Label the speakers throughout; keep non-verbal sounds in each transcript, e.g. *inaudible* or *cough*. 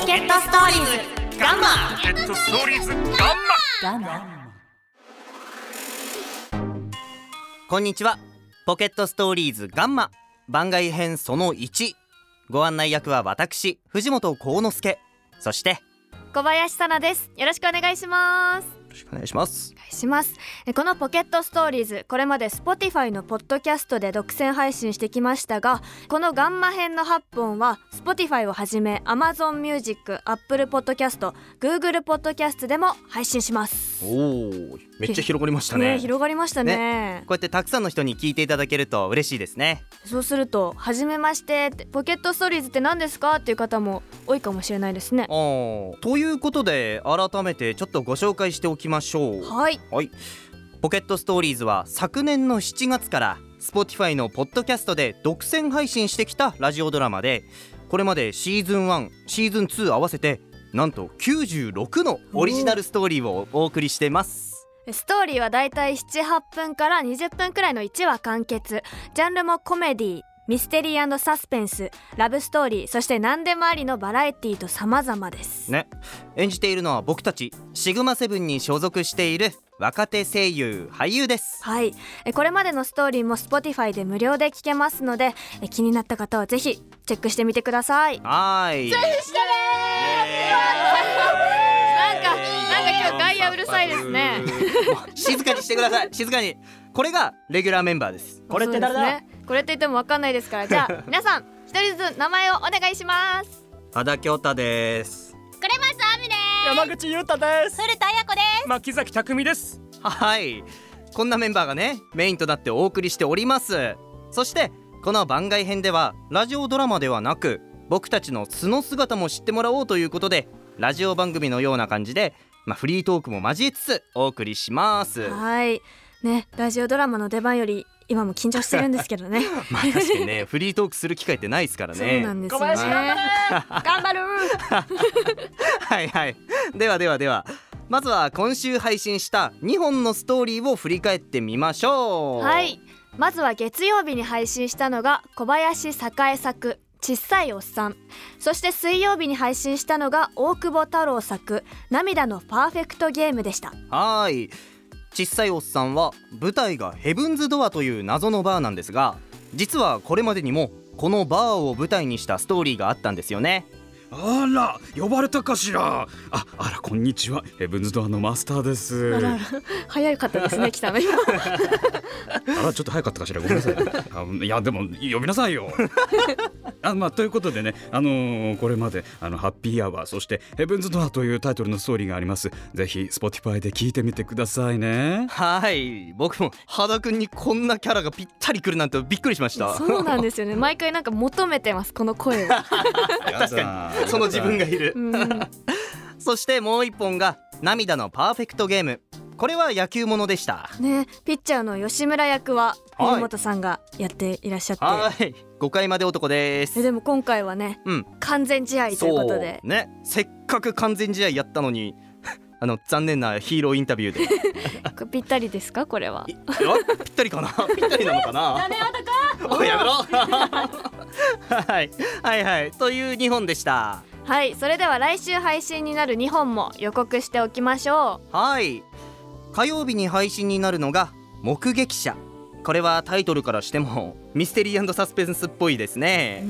Speaker 1: ポケットストーリーズガンマ
Speaker 2: ポケットストーリーズガンマ
Speaker 3: こんにちはポケットストーリーズガンマ番外編その1ご案内役は私藤本幸之助そしてよ
Speaker 4: 小林さなですよろしくお願いします
Speaker 3: ろしくお願いします
Speaker 4: お願いしますえこのポケットストーリーズこれまで Spotify のポッドキャストで独占配信してきましたがこのガンマ編の8本は Spotify をはじめ Amazon Music、Apple Podcast、Google Podcast でも配信します
Speaker 3: おおめっちゃ広がりました
Speaker 4: ね
Speaker 3: ね
Speaker 4: え広がりましたね
Speaker 3: こうやってたくさんの人に聞いていただけると嬉しいですね
Speaker 4: そうすると「はじめまして」って「ポケットストーリーズって何ですか?」っていう方も多いかもしれないですね
Speaker 3: おーということで改めてちょっとご紹介しておきましょう
Speaker 4: はい
Speaker 3: はい、ポケットストーリーズは昨年の7月から Spotify のポッドキャストで独占配信してきたラジオドラマでこれまでシーズン1シーズン2合わせてなんと96のオリジナルストーリーをお送りしてます
Speaker 4: ストーリーはだいたい78分から20分くらいの1話完結ジャンルもコメディミステリーサスペンスラブストーリーそして何でもありのバラエティと様々です
Speaker 3: ね演じているのは僕たちシグマセブンに所属している若手声優俳優です
Speaker 4: はいえこれまでのストーリーも Spotify で無料で聞けますのでえ気になった方はぜひチェックしてみてください
Speaker 3: はーい
Speaker 4: なんかなんか今日外野うるさいですね
Speaker 3: 静かにしてください静かにこれがレギュラーメンバーですこれって誰だ、
Speaker 4: そうですねこれって言ってもわかんないですから
Speaker 3: *laughs*
Speaker 4: じゃあ皆さん一人ずつ名前をお願いします
Speaker 3: 和田京太です
Speaker 1: クレマスアミで
Speaker 5: 山口優太です
Speaker 1: す古田彩子です
Speaker 5: 牧崎匠です
Speaker 3: はいこんなメンバーがねメインとなってお送りしておりますそしてこの番外編ではラジオドラマではなく僕たちの素の姿も知ってもらおうということでラジオ番組のような感じで、まあ、フリートークも交えつつお送りしますまあ
Speaker 4: はいねラジオドラマの出番より今も緊張してるんですけど
Speaker 3: *laughs*
Speaker 4: ね
Speaker 3: 確かにねフリートークする機会ってないで
Speaker 1: *laughs*
Speaker 3: すからね
Speaker 4: そうなんですよ
Speaker 5: 小
Speaker 4: ね
Speaker 5: 林
Speaker 4: 頑張る
Speaker 3: *laughs* はいはいではではではまずは今週配信した2本のストーリーを振り返ってみましょう
Speaker 4: はいまずは月曜日に配信したのが小林栄作小さいおっさんそして水曜日に配信したのが大久保太郎作涙のパーフェクトゲームでした
Speaker 3: はーい小さいおっさんは舞台がヘブンズ・ドアという謎のバーなんですが実はこれまでにもこのバーを舞台にしたストーリーがあったんですよね
Speaker 5: あら呼ばれたかしらああらこんにちはヘブンズドアのマスターですあら
Speaker 4: 早かったで
Speaker 3: *laughs*
Speaker 4: すね北の今
Speaker 5: ちょっと早かったかしらごめんなさいあいやでも呼びなさいよ *laughs* あまあということでねあのーこれまであのハッピーアワーそしてヘブンズドアというタイトルのストーリーがありますぜひ Spotify で聞いてみてくださいね
Speaker 3: はーい僕も羽田くんにこんなキャラがぴったりくるなんてびっくりしました
Speaker 4: そうなんですよね毎回なんか求めてますこの声
Speaker 5: *laughs*
Speaker 4: を、
Speaker 5: 確か
Speaker 3: *laughs* その自分がいる
Speaker 4: うん
Speaker 3: そしてもう一本が涙のパーフェクトゲームこれは野球ものでした
Speaker 4: ね、ピッチャーの吉村役は
Speaker 3: はい
Speaker 4: 宮本さんがやっていらっしゃって、
Speaker 3: はーい5回まで男で
Speaker 4: え
Speaker 3: す
Speaker 4: でも今回はね
Speaker 3: うん
Speaker 4: 完全試合ということで
Speaker 3: そうねせっかく完全試合やったのに *laughs* あの残念なヒーローインタビューで
Speaker 4: これぴったりですかこれはい
Speaker 3: いやぴったりか
Speaker 4: *laughs*
Speaker 3: なぴったりなのかなダメ男おいやめろ *laughs* はいはいはいという2本でした
Speaker 4: はいそれでは来週配信になる2本も予告しておきましょ
Speaker 3: はい火曜日に配信になるのが目撃者これはタイトルからしてもミステリーサスペンスっぽいです
Speaker 4: う、
Speaker 3: ね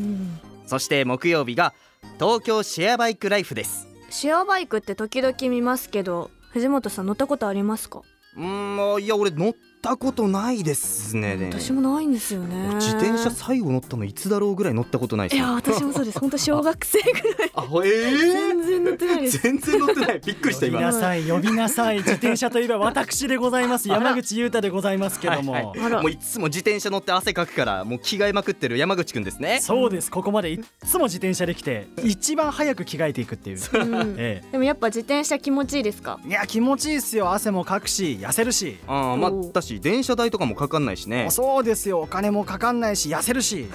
Speaker 3: そして木曜日が東京シェアバイクライフです
Speaker 4: シェアバイクって時々見ますけど藤本さん乗ったことありますか、
Speaker 3: うーんいや俺乗ったことないですね
Speaker 4: 私もないんですよね
Speaker 3: 俺自転車最後乗ったのいつだろうぐらい乗ったことないで
Speaker 4: い
Speaker 3: す
Speaker 4: や私もそうです本当小学生ぐらい
Speaker 3: あえー
Speaker 4: 全然乗ってな
Speaker 3: *laughs*
Speaker 4: いです
Speaker 3: 全然乗ってないびっくりした
Speaker 6: 呼び
Speaker 3: 今
Speaker 6: なさい呼びなさい自転車といえば私でございます山口裕太でございますけども、
Speaker 3: はいは
Speaker 4: あ
Speaker 3: い、
Speaker 4: ら
Speaker 3: もういつも自転車乗って汗かくからもう着替えまくってる山口くんですね
Speaker 6: そうですここまでいっつも自転車で来て一番早く着替えていくっていう、
Speaker 4: うん
Speaker 6: え
Speaker 4: でもやっぱ自転車気持ちいいですか
Speaker 6: え、いや気持ちいいっすよ汗もかくし痩せるし
Speaker 3: あーま
Speaker 4: おう
Speaker 3: あだし電車代とかもかかんないしね
Speaker 6: そうですよお金もかかんないし痩せるし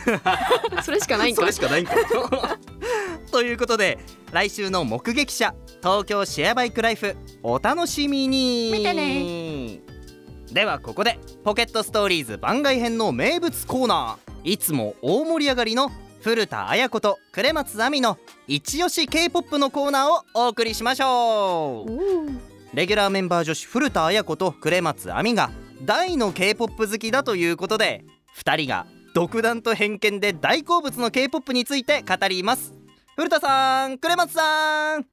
Speaker 4: それしかないん
Speaker 3: そ
Speaker 4: か
Speaker 3: れしかないんか *laughs* ということで来週の目撃者東京シェアバイクライフお楽しみに
Speaker 1: 見て
Speaker 3: ねではここでポケットストーリーズ番外編の名物コーナーいつも大盛り上がりの古田彩子と呉松亜美の一押し K-POP のコーナーをお送りしましょうレギュラーメンバー女子古田彩子と呉松亜美が大の K-POP 好きだということで2人が独断と偏見で大好物の K-POP について語ります古田さん呉松さん
Speaker 1: はーい。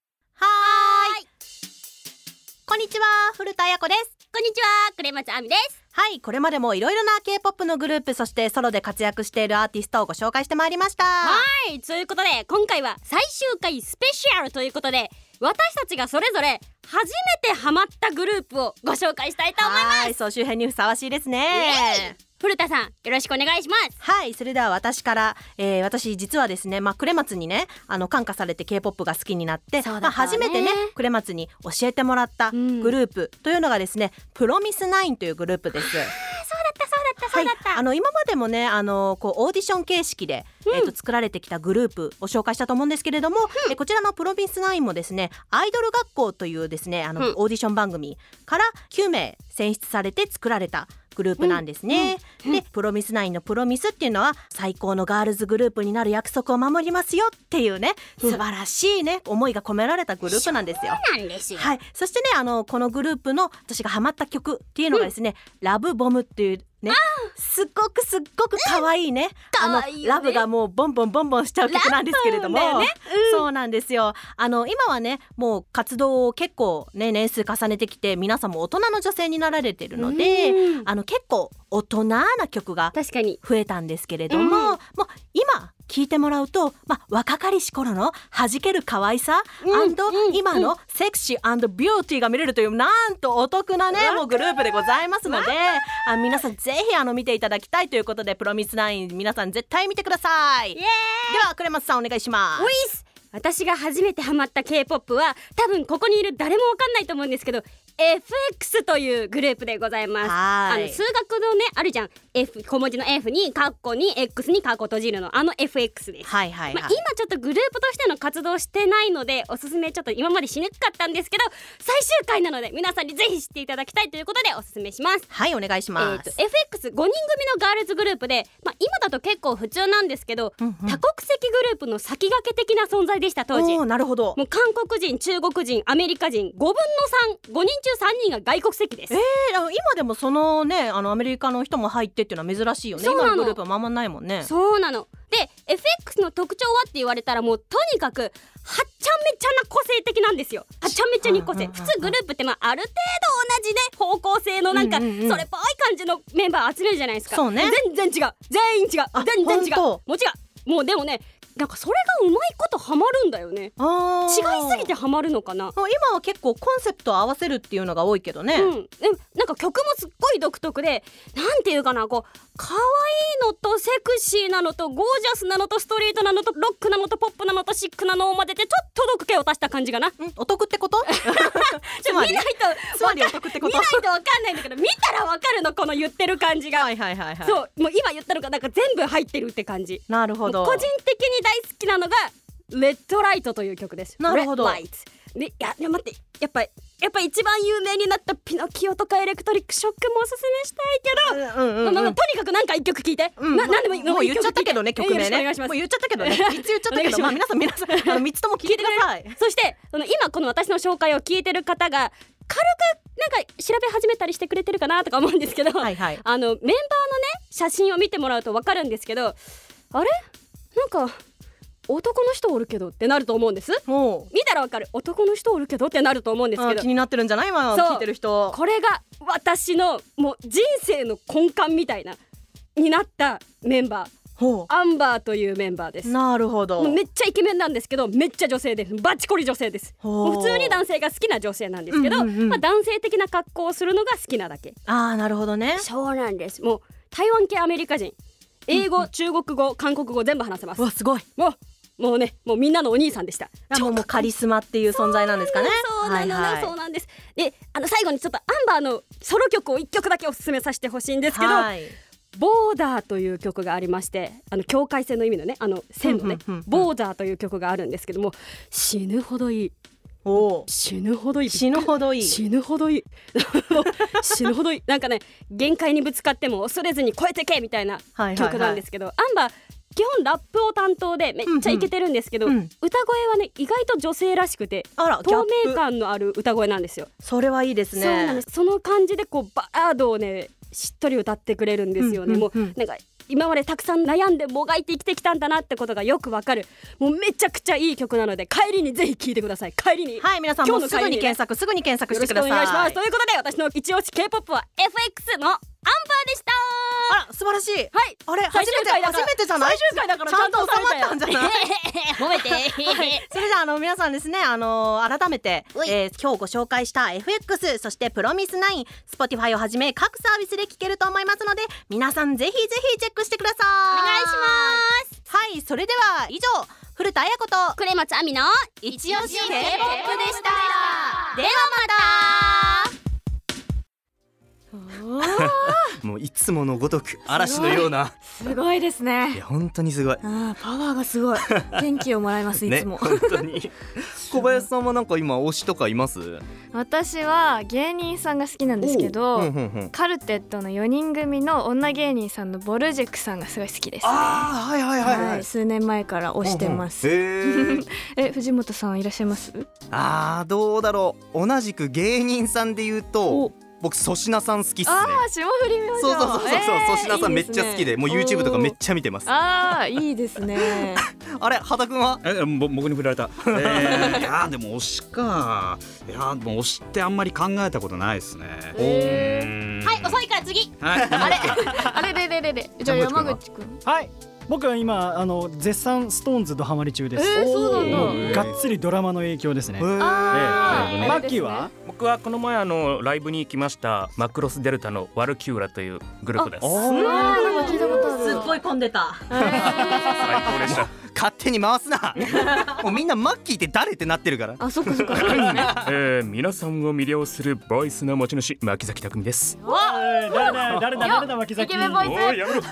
Speaker 1: こんにちは、古田彩子です。こんにちは、クレマツアミです。
Speaker 7: はい、これまでもいろいろな K-POP のグループ、そしてソロで活躍しているアーティストをご紹介してまいりました。
Speaker 1: はい、ということで、今回は最終回スペシャルということで、私たちがそれぞれ初めてハマったグループをご紹介したいと思います。
Speaker 7: はい、総集編にふさわしいです
Speaker 1: イエ
Speaker 7: ね。
Speaker 1: 古田さん、よろしくお願いします。
Speaker 7: はい、それでは私から、えー、私実はですね、まあ、クレマツにね、あの、感化されて K-POP が好きになって、
Speaker 1: そうだ
Speaker 7: まあ、
Speaker 1: そうだ
Speaker 7: 初
Speaker 1: ね
Speaker 7: めてね、クレマツに教えてもらった
Speaker 1: うん
Speaker 7: グループというのがですね、プロミスナインというグループです。
Speaker 1: そうだった、そうだった、そうだった。
Speaker 7: あの今までもねあのこうオーディション形式で、えー、と作られてきたグループを紹介したと思うんですけれども、えーこちらのプロミスナインもですねアイドル学校というですねあの、
Speaker 1: うん
Speaker 7: オーディション番組から9名選出されて作られたグループなんですね、でプロミスナインのプロミスっていうのは最高のガールズグループになる約束を守りますよっていうね素晴らしいね、思いが込められたグループなんですよ。
Speaker 1: そうなんですよ。
Speaker 7: はい、そしてねあのこのグループの私がハマった曲っていうのがですね「ラブボム」っていうねすっごくすっごく可愛いね,、
Speaker 1: 可
Speaker 7: あ
Speaker 1: 愛いよね
Speaker 7: のラブがもうボンボンボンボンしちゃう曲なんですけれども、
Speaker 1: ラブだよね
Speaker 7: そうなんですよあの今はねもう活動を結構ね年数重ねてきて皆さんも大人の女性になられてるので、
Speaker 1: うん
Speaker 7: あの結構大人な曲が
Speaker 1: 確かに。
Speaker 7: 増えたんですけれども、
Speaker 1: うん
Speaker 7: もう今聞いてもらうと、まあ、若かりし頃の弾ける可愛さ、
Speaker 1: うん
Speaker 7: and
Speaker 1: うん
Speaker 7: 今のセクシービューティーが見れるというなんとお得なねもうグループでございますのであ皆さんぜひあの見ていただきたいということでプロミスナイン皆さん絶対見てください
Speaker 1: イ
Speaker 7: で
Speaker 1: エーイ
Speaker 7: はクレマスさんお願いします
Speaker 1: おいっす私が初めてハマった K-POP は多分ここにいる誰もわかんないと思うんですけど FX というグループでございます
Speaker 7: は
Speaker 1: あ
Speaker 7: ーい
Speaker 1: の数学のねあるじゃん F 小文字の F にカッコに X にカッコ閉じるのあの FX です、
Speaker 7: はいはい
Speaker 1: まあ、
Speaker 7: は
Speaker 1: 今
Speaker 7: い、
Speaker 1: ちょっとグループとしての活動してないのでおすすめちょっと今までしにくかったんですけど最終回なので皆さんにぜひ知っていただきたいということでおすすめします
Speaker 7: はいお願いしま
Speaker 1: え
Speaker 7: す、
Speaker 1: ーと FX5 人組のガールズグループで、まあ、今だと結構普通なんですけど、
Speaker 7: うんうん
Speaker 1: 多国籍グループの先駆け的な存在でした当時
Speaker 7: おーなるほど
Speaker 1: もう韓国人中国人アメリカ人5分の35人中3人が外国籍です
Speaker 7: えー、あの今でもそのねあのアメリカの人も入ってっていうのは珍しいよね
Speaker 1: そうなの
Speaker 7: 今のグループはまんまないもんね
Speaker 1: そうなので FX の特徴はって言われたらもうとにかくはっちゃめちゃな個性的なんですよはっちゃめちゃに個性
Speaker 7: うんうんう
Speaker 1: 普
Speaker 7: ん
Speaker 1: 通グループってまあある程度同じね方向性のなんか
Speaker 7: う
Speaker 1: そ
Speaker 7: ん
Speaker 1: れ
Speaker 7: う
Speaker 1: っ
Speaker 7: ん
Speaker 1: ぽ
Speaker 7: う
Speaker 1: い
Speaker 7: ん
Speaker 1: 感じのメンバー集めるじゃないですか
Speaker 7: そうね
Speaker 1: 全然違う全員違
Speaker 7: あ
Speaker 1: う全然違う
Speaker 7: ほ
Speaker 1: も
Speaker 7: んと
Speaker 1: う違うもうでもねなんかそれがうまいことハマるんだよね
Speaker 7: あ
Speaker 1: 違い
Speaker 7: ー
Speaker 1: すぎてハマるのかな
Speaker 7: もう今は結構コンセプトを合わせるっていうのが多いけどね、
Speaker 1: うん、でもなんか曲もすっごい独特でなんていうかなこう可愛いのとセクシーなのとゴージャスなのとストリートなのとロックなのとポップなのとシックなのを混ぜてちょっと毒気を足した感じかな。
Speaker 7: んお得ってこと
Speaker 1: *laughs* ち
Speaker 7: つ
Speaker 1: ょ
Speaker 7: ま
Speaker 1: 見
Speaker 7: り
Speaker 1: ないと
Speaker 7: つまり
Speaker 1: わ
Speaker 7: お得って
Speaker 1: か見
Speaker 7: こと
Speaker 1: ないとわかんないんだけど見たらわかるのこの言ってる感じが。
Speaker 7: *laughs* はいはいはいはい
Speaker 1: そうもう今言ったのがなんか全部入ってるって感じ。
Speaker 7: なるほど
Speaker 1: 個人的に大好きなのが「レッドライト」という曲です。
Speaker 7: なるほど
Speaker 1: Red Light でいやいや待ってやっぱやっぱ一番有名になったピノキオとかエレクトリックショックもおすすめしたいけど、
Speaker 7: うんうんうん
Speaker 1: まあまあとにかくなんか一曲聞いて、
Speaker 7: うん
Speaker 1: ななんでもいい
Speaker 7: もう言っちゃったけどね
Speaker 1: 一
Speaker 7: 曲
Speaker 1: 聞い
Speaker 7: 名
Speaker 1: てえ
Speaker 7: ね
Speaker 1: えよろしくお
Speaker 7: もう
Speaker 1: 願いします
Speaker 7: 言っちゃったけど
Speaker 1: *laughs*
Speaker 7: ね一応言っちゃったけ
Speaker 1: お願いします
Speaker 7: どまあ皆さん皆さんあの三つと
Speaker 1: *laughs*
Speaker 7: も聞いてください
Speaker 1: そしてその今この私の紹介を聞いてる方が軽くなんか調べ始めたりしてくれてるかなとか思うんですけど、
Speaker 7: はいはい
Speaker 1: あのメンバーのね写真を見てもらうとわかるんですけどあれなんか男の人おるけどってなると思うんです
Speaker 7: も
Speaker 1: 見たらわかる男の人おるけどってなると思うんで
Speaker 7: う
Speaker 1: す
Speaker 7: あ
Speaker 1: け
Speaker 7: ー
Speaker 1: ど
Speaker 7: 気になってるんじゃない今
Speaker 1: そう
Speaker 7: 聞いてる人
Speaker 1: これが私のもう人生の根幹みたいなになったメンバー
Speaker 7: ほ
Speaker 1: アンバーというメンバーです
Speaker 7: うなるほど
Speaker 1: もうめっちゃイケメンなんですけどめっちゃ女性ですバチコリ女性です
Speaker 7: ほう
Speaker 1: もう普通に男性が好きな女性なんですけど、
Speaker 7: うんうんうん
Speaker 1: まあ、男性的な格好をするのが好きなだけ
Speaker 7: ああなるほどね
Speaker 1: そうなんですもう台湾系アメリカ人英語、中国語韓国語全部話せます
Speaker 7: うわすごい
Speaker 1: もうもうねもうみんなのお兄さんでした
Speaker 7: あもうもうカリスマっていう存在なんですかね
Speaker 1: そうなのね、
Speaker 7: はい
Speaker 1: そう
Speaker 7: は
Speaker 1: なんですであの最後にちょっとアンバーのソロ曲を一曲だけおすすめさせてほしいんですけ
Speaker 7: い
Speaker 1: ど、
Speaker 7: はい
Speaker 1: ボーダーという曲がありましてあの境界線の意味のねあの線のね、
Speaker 7: うんうんうんうん
Speaker 1: ボーダーという曲があるんですけども死ぬほどいい
Speaker 7: おう
Speaker 1: 死ぬほどいい
Speaker 7: 死ぬほどいい
Speaker 1: 死ぬほどいい *laughs* 死ぬほどいいなんかね限界にぶつかっても恐れずに超えてけみたいな
Speaker 7: はいはいはい
Speaker 1: 曲なんですけど、アンバー基本ラップを担当でめっちゃイケてるんですけど、
Speaker 7: うんうん
Speaker 1: 歌声はね意外と女性らしくて
Speaker 7: あらギャ
Speaker 1: 透
Speaker 7: ッ
Speaker 1: 明
Speaker 7: プ
Speaker 1: 感のある歌声なんですよ、
Speaker 7: それはいいですね
Speaker 1: そうなんですその感じでこうバラードをねしっとり歌ってくれるんですよね、
Speaker 7: うんうん
Speaker 1: もうなんか今までたくさん悩んでもがいて生きてきたんだなってことがよくわかるもうめちゃくちゃいい曲なので帰りにぜひ聴いてください帰りに
Speaker 7: はい皆さん
Speaker 1: 今
Speaker 7: も
Speaker 1: 日の
Speaker 7: うすぐ
Speaker 1: 会議
Speaker 7: に
Speaker 1: ね
Speaker 7: 検索すぐに検索
Speaker 1: よ
Speaker 7: し
Speaker 1: ろし
Speaker 7: てく
Speaker 1: く
Speaker 7: だ
Speaker 1: お
Speaker 7: さい
Speaker 1: 願いしますということで私の一押し K-POP は FX のアンパーでした
Speaker 7: あら素晴らしい
Speaker 1: はい
Speaker 7: あれ
Speaker 1: 最
Speaker 7: 初
Speaker 1: 終
Speaker 7: めて
Speaker 1: 回だから
Speaker 7: 初めてじゃない
Speaker 1: 最終回だから
Speaker 7: ちゃんと収まったんじゃ
Speaker 1: ちゃんと収 *laughs*
Speaker 7: ない
Speaker 1: 褒めて
Speaker 7: それじゃああの皆さんですねあの改めて、
Speaker 1: うい
Speaker 7: えー今日ご紹介した FX そしてプロミスナイン Spotify をはじめ各サービスで聞けると思いますので皆さんぜひぜひチェックしてください
Speaker 1: お願いし
Speaker 7: ますはいそれでは以上古田彩子と
Speaker 1: クレマツアミの一押し
Speaker 7: K-POP
Speaker 1: K-POP
Speaker 7: でした
Speaker 1: では
Speaker 7: では
Speaker 3: もういつものごとく嵐のような
Speaker 4: すごいです
Speaker 3: い
Speaker 4: ね
Speaker 3: や本当にすごい
Speaker 4: あーパワーがす
Speaker 3: *laughs*
Speaker 4: ごい元気をもらいますい
Speaker 3: ね
Speaker 4: つも、
Speaker 3: 本当
Speaker 4: *laughs*
Speaker 3: に小林さんはなんか今推しとかいます
Speaker 4: 私は芸人さんが好きなんですけど、
Speaker 3: おううんうんうん
Speaker 4: カルテットの4人組の女芸人さんのボルジェクさんがすごい好きです、
Speaker 3: ああはいはいはいはい、
Speaker 4: はい、数年前から推してます、
Speaker 3: うんうんへー
Speaker 4: え藤本さんいらっしゃいます
Speaker 3: あーどうだろう同じく芸人さんで言うと僕粗品さん好きっすね
Speaker 4: ああ霜降り明星
Speaker 3: そうそうそうそう粗
Speaker 4: えー
Speaker 3: 品、さんめっちゃ好きでもう YouTube とかめっちゃ見てますあ
Speaker 4: ああいいですね
Speaker 3: れ畑くんは
Speaker 5: えぼ僕に振られた、えー、いやーでも推しかいやーでも推しってあんまり考えたことないですね
Speaker 4: え
Speaker 5: はい遅いから次はいあれ
Speaker 4: あれれれれれじゃあ
Speaker 5: 山
Speaker 4: 山
Speaker 5: 口
Speaker 4: 口くん
Speaker 6: はい僕は今あの絶賛ストーンズドハマり中です、
Speaker 4: えーそうな
Speaker 5: お
Speaker 4: んだ
Speaker 5: ー
Speaker 6: がっつりドラマの影響ですね、
Speaker 4: あ
Speaker 5: え
Speaker 4: ー
Speaker 5: えええ
Speaker 6: マッキーは、
Speaker 2: 僕はこの前あのライブに行きましたマクロスデルタのワルキューラというグループです
Speaker 4: あれですねあーなんか聞いたことある
Speaker 7: すっごい混んでた
Speaker 4: えー
Speaker 2: 最高でした
Speaker 3: 勝手に回すなもうみんなマッキーって誰ってなってるから
Speaker 4: あそっかそっ
Speaker 3: *laughs*
Speaker 4: かそうですね
Speaker 2: えー、皆さんを魅了するボイスの持ち主牧崎匠です
Speaker 6: えー誰だ誰だ誰だ脇
Speaker 4: イ
Speaker 6: 崎
Speaker 4: ケメンボイス
Speaker 2: いやめろ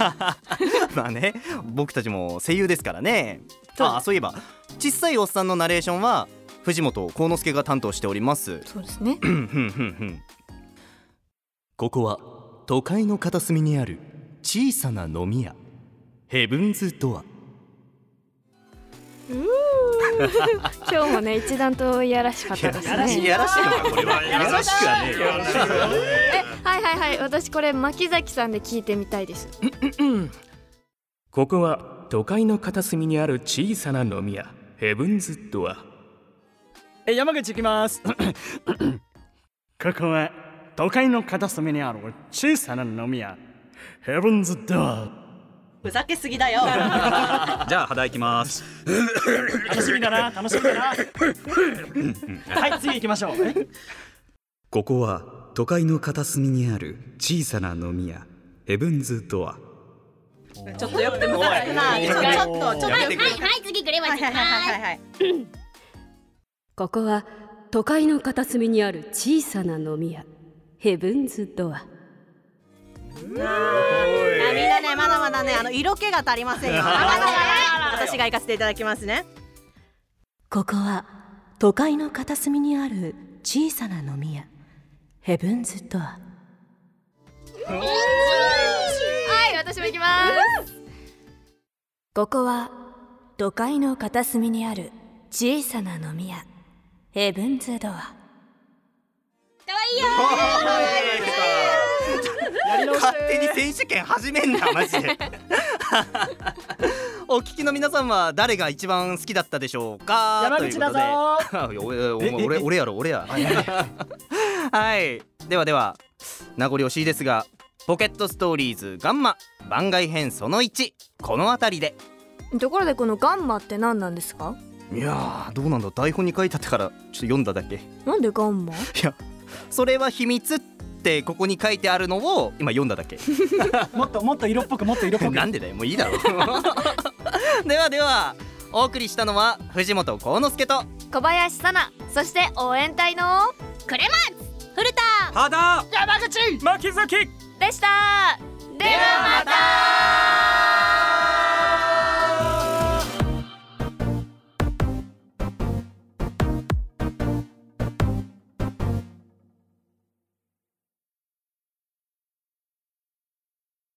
Speaker 3: まあね僕たちも声優ですからねあそういえば小さいおっさんのナレーションは藤本幸之助が担当しております
Speaker 4: そうですね
Speaker 3: ふんふんふんふんここは都会の片隅にある小さな飲み屋ヘブンズドア
Speaker 4: 今日もね一段といやらしかったです
Speaker 3: い
Speaker 4: ね
Speaker 3: やらしいのかこれはいやらしくはねえよ
Speaker 4: えはいはいはい私これ牧崎さんで聞いてみたいです
Speaker 2: ここは都会の片隅にある小さな飲み屋ヘブンズドア
Speaker 6: えー山口行きますこ *coughs* こは都会の片隅にある小さな飲み屋ヘブンズドア
Speaker 7: ふざけすぎだよ
Speaker 5: じゃあ肌いきます
Speaker 6: 楽しみだな楽しみ *coughs* だなはい次行きましょうえ
Speaker 5: ここは都会の片隅にある小さな飲み屋ヘブンズドア
Speaker 7: ちょっとよくてもないちょちょっとちょっと
Speaker 3: やめてくれ
Speaker 1: い次クレマ
Speaker 7: はいはいはいはいはい
Speaker 1: ここは都会の片隅にある小さな飲み屋ヘブンズドア
Speaker 7: あみんなねまだまだねあの色気が足りませんよ私が行かせていただきますねここは都会の片隅にある小さな飲み屋ヘブンズドア
Speaker 4: はい私も行きますここは都会の片隅にある小さな飲み屋ヘブンズドア
Speaker 3: 勝手に選手権始めんなマジで *laughs* お聞きの皆さんは誰が一番好きだったでしょうか
Speaker 6: 山口だぞ
Speaker 3: ということで *laughs* おいおいお前俺俺やろ俺や *laughs* はいではでは名残惜しいですがポケットストーリーズガンマ番外編その1この辺りで
Speaker 4: ところでこのガンマって何なんですか
Speaker 3: いやーどうなんだ台本に書いてあったからちょっと読んだだけい
Speaker 4: なんでガンマ
Speaker 3: やそれは秘密ってここに書いてあるのを今読んだだけ
Speaker 6: もっともっと色っぽくもっ
Speaker 3: *laughs*
Speaker 6: と色っぽく
Speaker 3: なんでだよもういいだろではではお送りしたのは藤本幸之助と
Speaker 4: 小林さなそして応援隊のクレマン古田
Speaker 5: 肌
Speaker 2: 牧崎
Speaker 4: でしたではまた